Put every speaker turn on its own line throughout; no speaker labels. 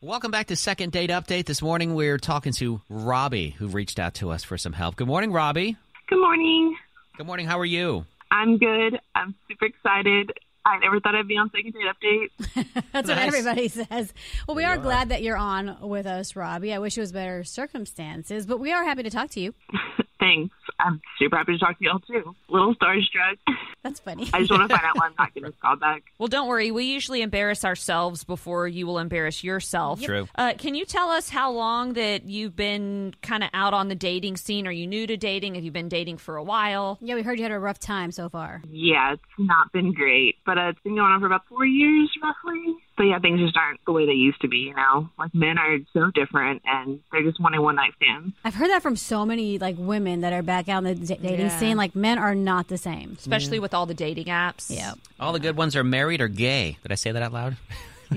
Welcome back to Second Date Update. This morning we're talking to Robbie, who reached out to us for some help. Good morning, Robbie.
Good morning.
Good morning. How are you?
I'm good. I'm super excited. I never thought I'd be on second date update.
That's what
Nice.
everybody says. Well, we are glad that you're on with us, Robbie. I wish it was better circumstances, but we are happy to talk to you.
Thanks. I'm super happy to talk to y'all too. Little starstruck.
That's funny.
I just want to find out why I'm not getting this call back.
Well, don't worry. We usually embarrass ourselves before you will embarrass yourself.
True.
Uh, can you tell us how long that you've been kind of out on the dating scene? Are you new to dating? Have you been dating for a while?
yeah, we heard you had a rough time so far.
Yeah, it's not been great, but uh, it's been going on for about four years roughly. But yeah, things just aren't the way they used to be. You know, like men are so different, and they're just wanting one night stands.
I've heard that from so many like women that are back out in the d- dating
Yeah.
scene. Like men are not the same.
Especially with all the dating apps.
Yeah,
All the good ones are married or gay. Did I say that out loud?
You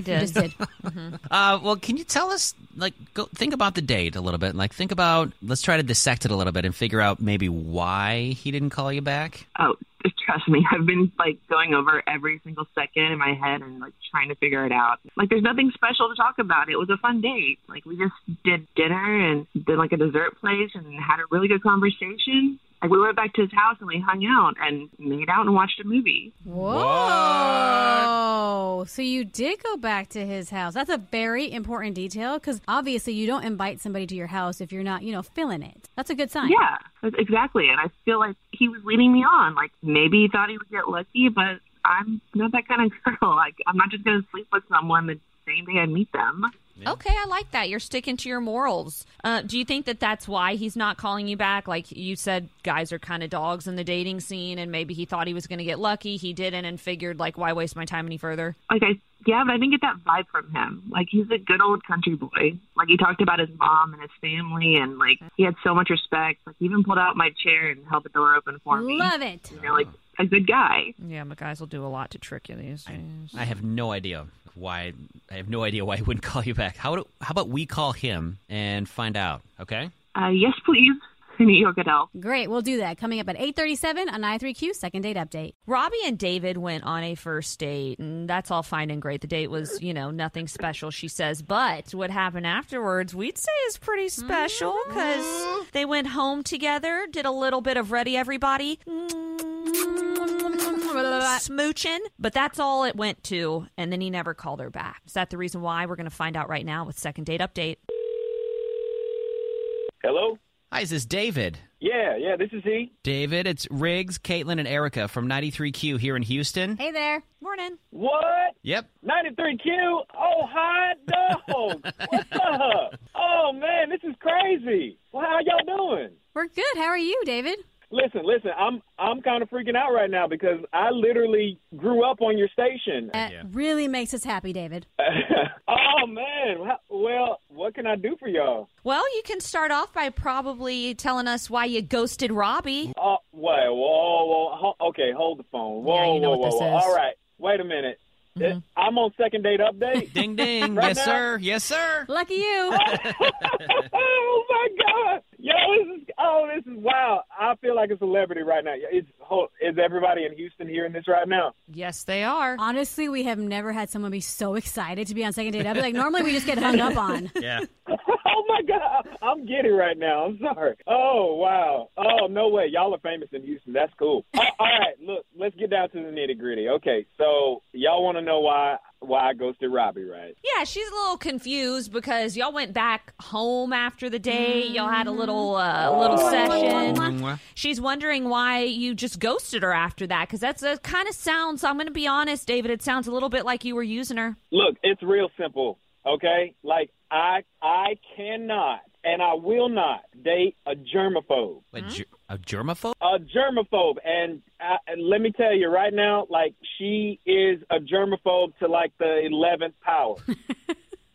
I
did.
just did.
Uh, well, can you tell us, like, go think about the date a little bit. Like, think about, let's try to dissect it a little bit and figure out maybe why he didn't call you back.
Oh, trust me, I've been like going over every single second in my head and like trying to figure it out. Like, there's nothing special to talk about. It was a fun date. Like, we just did dinner and did like a dessert place and had a really good conversation. Like, we went back to his house and we hung out and made out and watched a movie.
Whoa! So you did go back to his house. That's a very important detail because obviously you don't invite somebody to your house if you're not, you know, feeling it. That's a good sign.
Yeah, that's exactly. And I feel like he was leading me on. Like, maybe he thought he would get lucky, but I'm not that kind of girl. Like, I'm not just going to sleep with someone the same day I meet them.
Okay, I like that. You're sticking to your morals. Uh, do you think that that's why he's not calling you back? Like you said, guys are kind of dogs in the dating scene, and maybe he thought he was going to get lucky. He didn't, and figured like, why waste my time any further?
like I yeah, but I didn't get that vibe from him. Like he's a good old country boy. Like he talked about his mom and his family, and like he had so much respect. Like he even pulled out my chair and held the door open for me.
Love it.
You know, like a good guy.
Yeah, but guys will do a lot to trick you these days.
I have no idea why, I have no idea why he wouldn't call you back. How, do, how about we call him and find out, okay?
Uh, yes, please. New York Adele.
Great. We'll do that. Coming up at 8.37 on i3Q Second Date Update.
Robbie and David went on a first date, and that's all fine and great. The date was, you know, nothing special, she says. But what happened afterwards, we'd say is pretty special because they went home together, did a little bit of Ready Everybody, smooching, but that's all it went to. And then he never called her back. Is that the reason why? We're going to find out right now with Second Date Update.
Hello?
Hi, is this David?
Yeah, yeah, this is he.
David, it's Riggs, Caitlin, and Erica from 93Q here in Houston.
Hey there.
Morning.
What?
Yep.
93Q? Oh, hot dog. What's up? Oh, man, this is crazy. Well, how y'all doing?
We're good. How are you, David?
Listen, listen, I'm I'm kind of freaking out right now because I literally grew up on your station.
That really makes us happy, David.
oh, man. How- Well, what can I do for y'all?
Well, you can start off by probably telling us why you ghosted Robbie.
Uh, wait, whoa, whoa. ho- okay, hold the phone. Whoa,
Yeah, you know
whoa,
what
whoa,
this
whoa.
is. Mm-hmm.
All right, wait a minute. I'm on second date update.
Ding ding.
Right
yes,
now?
sir. Yes, sir.
Lucky you.
oh my god, yo, this is oh, this is wow. I feel like a celebrity right now. It's hold- is everybody in Houston hearing this right now?
Yes, they are.
Honestly, we have never had someone be so excited to be on Second Date Update. Like, normally we just get hung up on.
Yeah.
oh my god, I'm giddy right now. I'm sorry. Oh wow. Oh no way, y'all are famous in Houston. That's cool. Oh, all right, look, let's get down to the nitty gritty. Okay, so y'all want to know why why I ghosted Robbie, right?
Yeah, she's a little confused because y'all went back home after the day. Y'all had a little uh, little session.
Mm-hmm. Mwah.
She's wondering why you just ghosted her after that because that's a kind of sounds. I'm going to be honest, David. It sounds a little bit like you were using her.
Look, it's real simple, okay? Like I I cannot and I will not date a germaphobe.
A, ger- a germaphobe?
a germaphobe, and, uh, and let me tell you right now, like she is a germaphobe to like the eleventh power.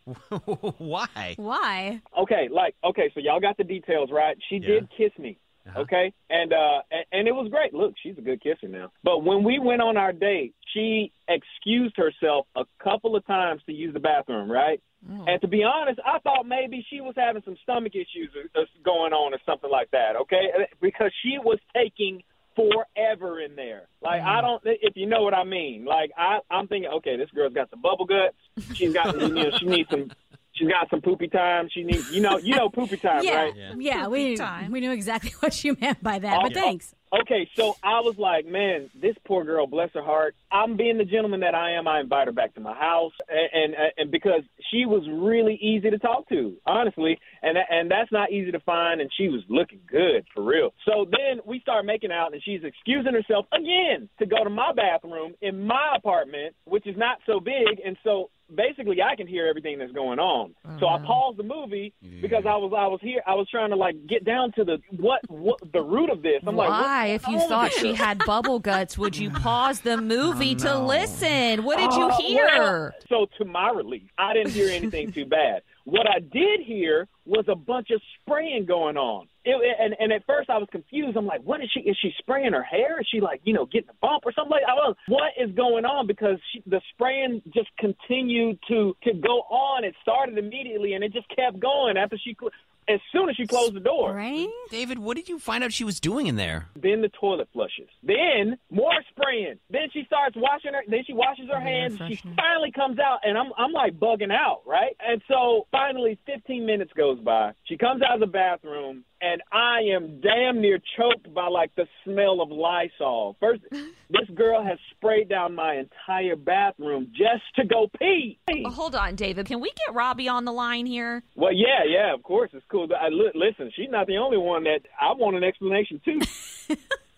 Why?
Why?
okay, like okay, so y'all got the details right. She did kiss me. Okay, and uh, and, and it was great. Look, she's a good kisser now. But when we went on our date, she excused herself a couple of times to use the bathroom, right? And to be honest, I thought maybe she was having some stomach issues or- or going on or something like that. Okay, Uh, because she was taking forever in there. Like I don't, if you know what I mean. Like I, I'm thinking, okay, this girl's got the bubble guts. She's got, you know, she needs some She's got some poopy time. She needs, you know, you know, poopy time,
yeah,
right?
yeah,
Yeah.
we
time.
we knew exactly what you meant by that. But
Yeah.
thanks.
Okay, so I was like, man, this poor girl, bless her heart. I'm being the gentleman that I am. I invite her back to my house, and and, and because she was really easy to talk to, honestly, and that, and that's not easy to find. And she was looking good for real. So then we start making out, and she's excusing herself again to go to my bathroom in my apartment, which is not so big, and so. Basically, I can hear everything that's going on. so I paused the movie because I was I was here. I was trying to like get down to the what what the root of this. I'm like, what's
Why, if you
wrong with
thought
this?
she had bubble guts, would you pause the movie
Oh,
to listen? What did you
Uh,
hear?
well, so to my relief, I didn't hear anything too bad. What I did hear was a bunch of spraying going on. It, and and at first I was confused. I'm like, what is she? Is she spraying her hair? Is she like, you know, getting a bump or something? Like, I was, what is going on? Because she, the spraying just continued to to go on. It started immediately and it just kept going after she, cl- as soon as she closed the door.
Right?
David, what did you find out she was doing in there?
Then the toilet flushes. Then more spraying. Then she starts washing her. Then she washes her hands. She finally comes out, and I'm I'm like bugging out, right? And so finally, 15 minutes goes by. She comes out of the bathroom, and I am damn near choked by like the smell of Lysol. First, this girl has sprayed down my entire bathroom just to go pee.
Well, hold on, David. Can we get Robbie on the line here?
Well, yeah, yeah, of course it's cool. But I, li- listen, she's not the only one that I want an explanation too.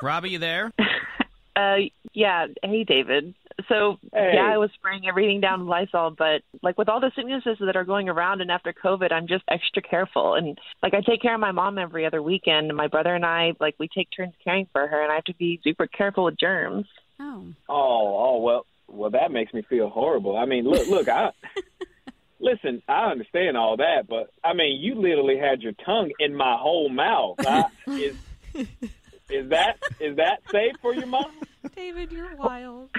Robbie, you there?
Uh, yeah. Hey, David. So
Hey.
yeah, I was spraying everything down with Lysol, but like with all the sicknesses that are going around, and after COVID, I'm just extra careful. And like I take care of my mom every other weekend, and my brother and I like we take turns caring for her, and I have to be super careful with germs.
Oh,
Oh, oh well, well that makes me feel horrible. I mean, look, look, I listen. I understand all that, but I mean, you literally had your tongue in my whole mouth. I, is is that is that safe for your mom?
David, you're wild.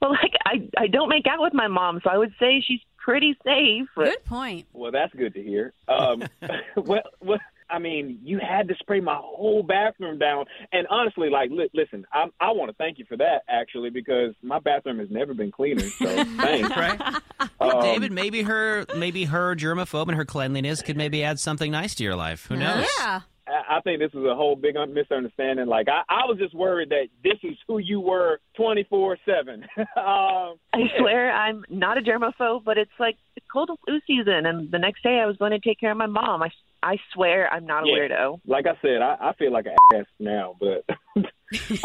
Well, like I I don't make out with my mom, so I would say she's pretty safe.
good point.
Well, that's good to hear. Um, well, well, I mean, you had to spray my whole bathroom down. And honestly, like, li- listen, I, I want to thank you for that actually, because my bathroom has never been cleaner. So thanks.
Right?
Um,
David, maybe her maybe her germaphobe and her cleanliness could maybe add something nice to your life. Who knows?
Yeah.
I I think this was a whole big un- misunderstanding. Like I, I was just worried that this is who you were twenty four seven. Um
I swear I'm not a germaphobe, but it's like it's cold and flu season, and the next day I was going to take care of my mom. I I swear I'm not a
Yeah.
weirdo.
Like I said, I, I feel like an ass now. But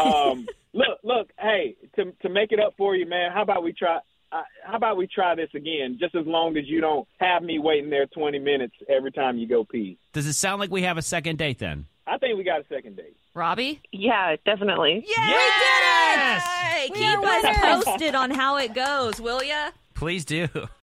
um, look, look, hey, to to make it up for you, man. How about we try? Uh, how about we try this again? Just as long as you don't have me waiting there twenty minutes every time you go pee.
Does it sound like we have a second date then?
I think we got a second date.
Robbie?
Yeah, definitely.
Yeah,
Yes!
we did it! Hey,
We are
keep us
winners.
posted on how it goes, will ya?
Please do.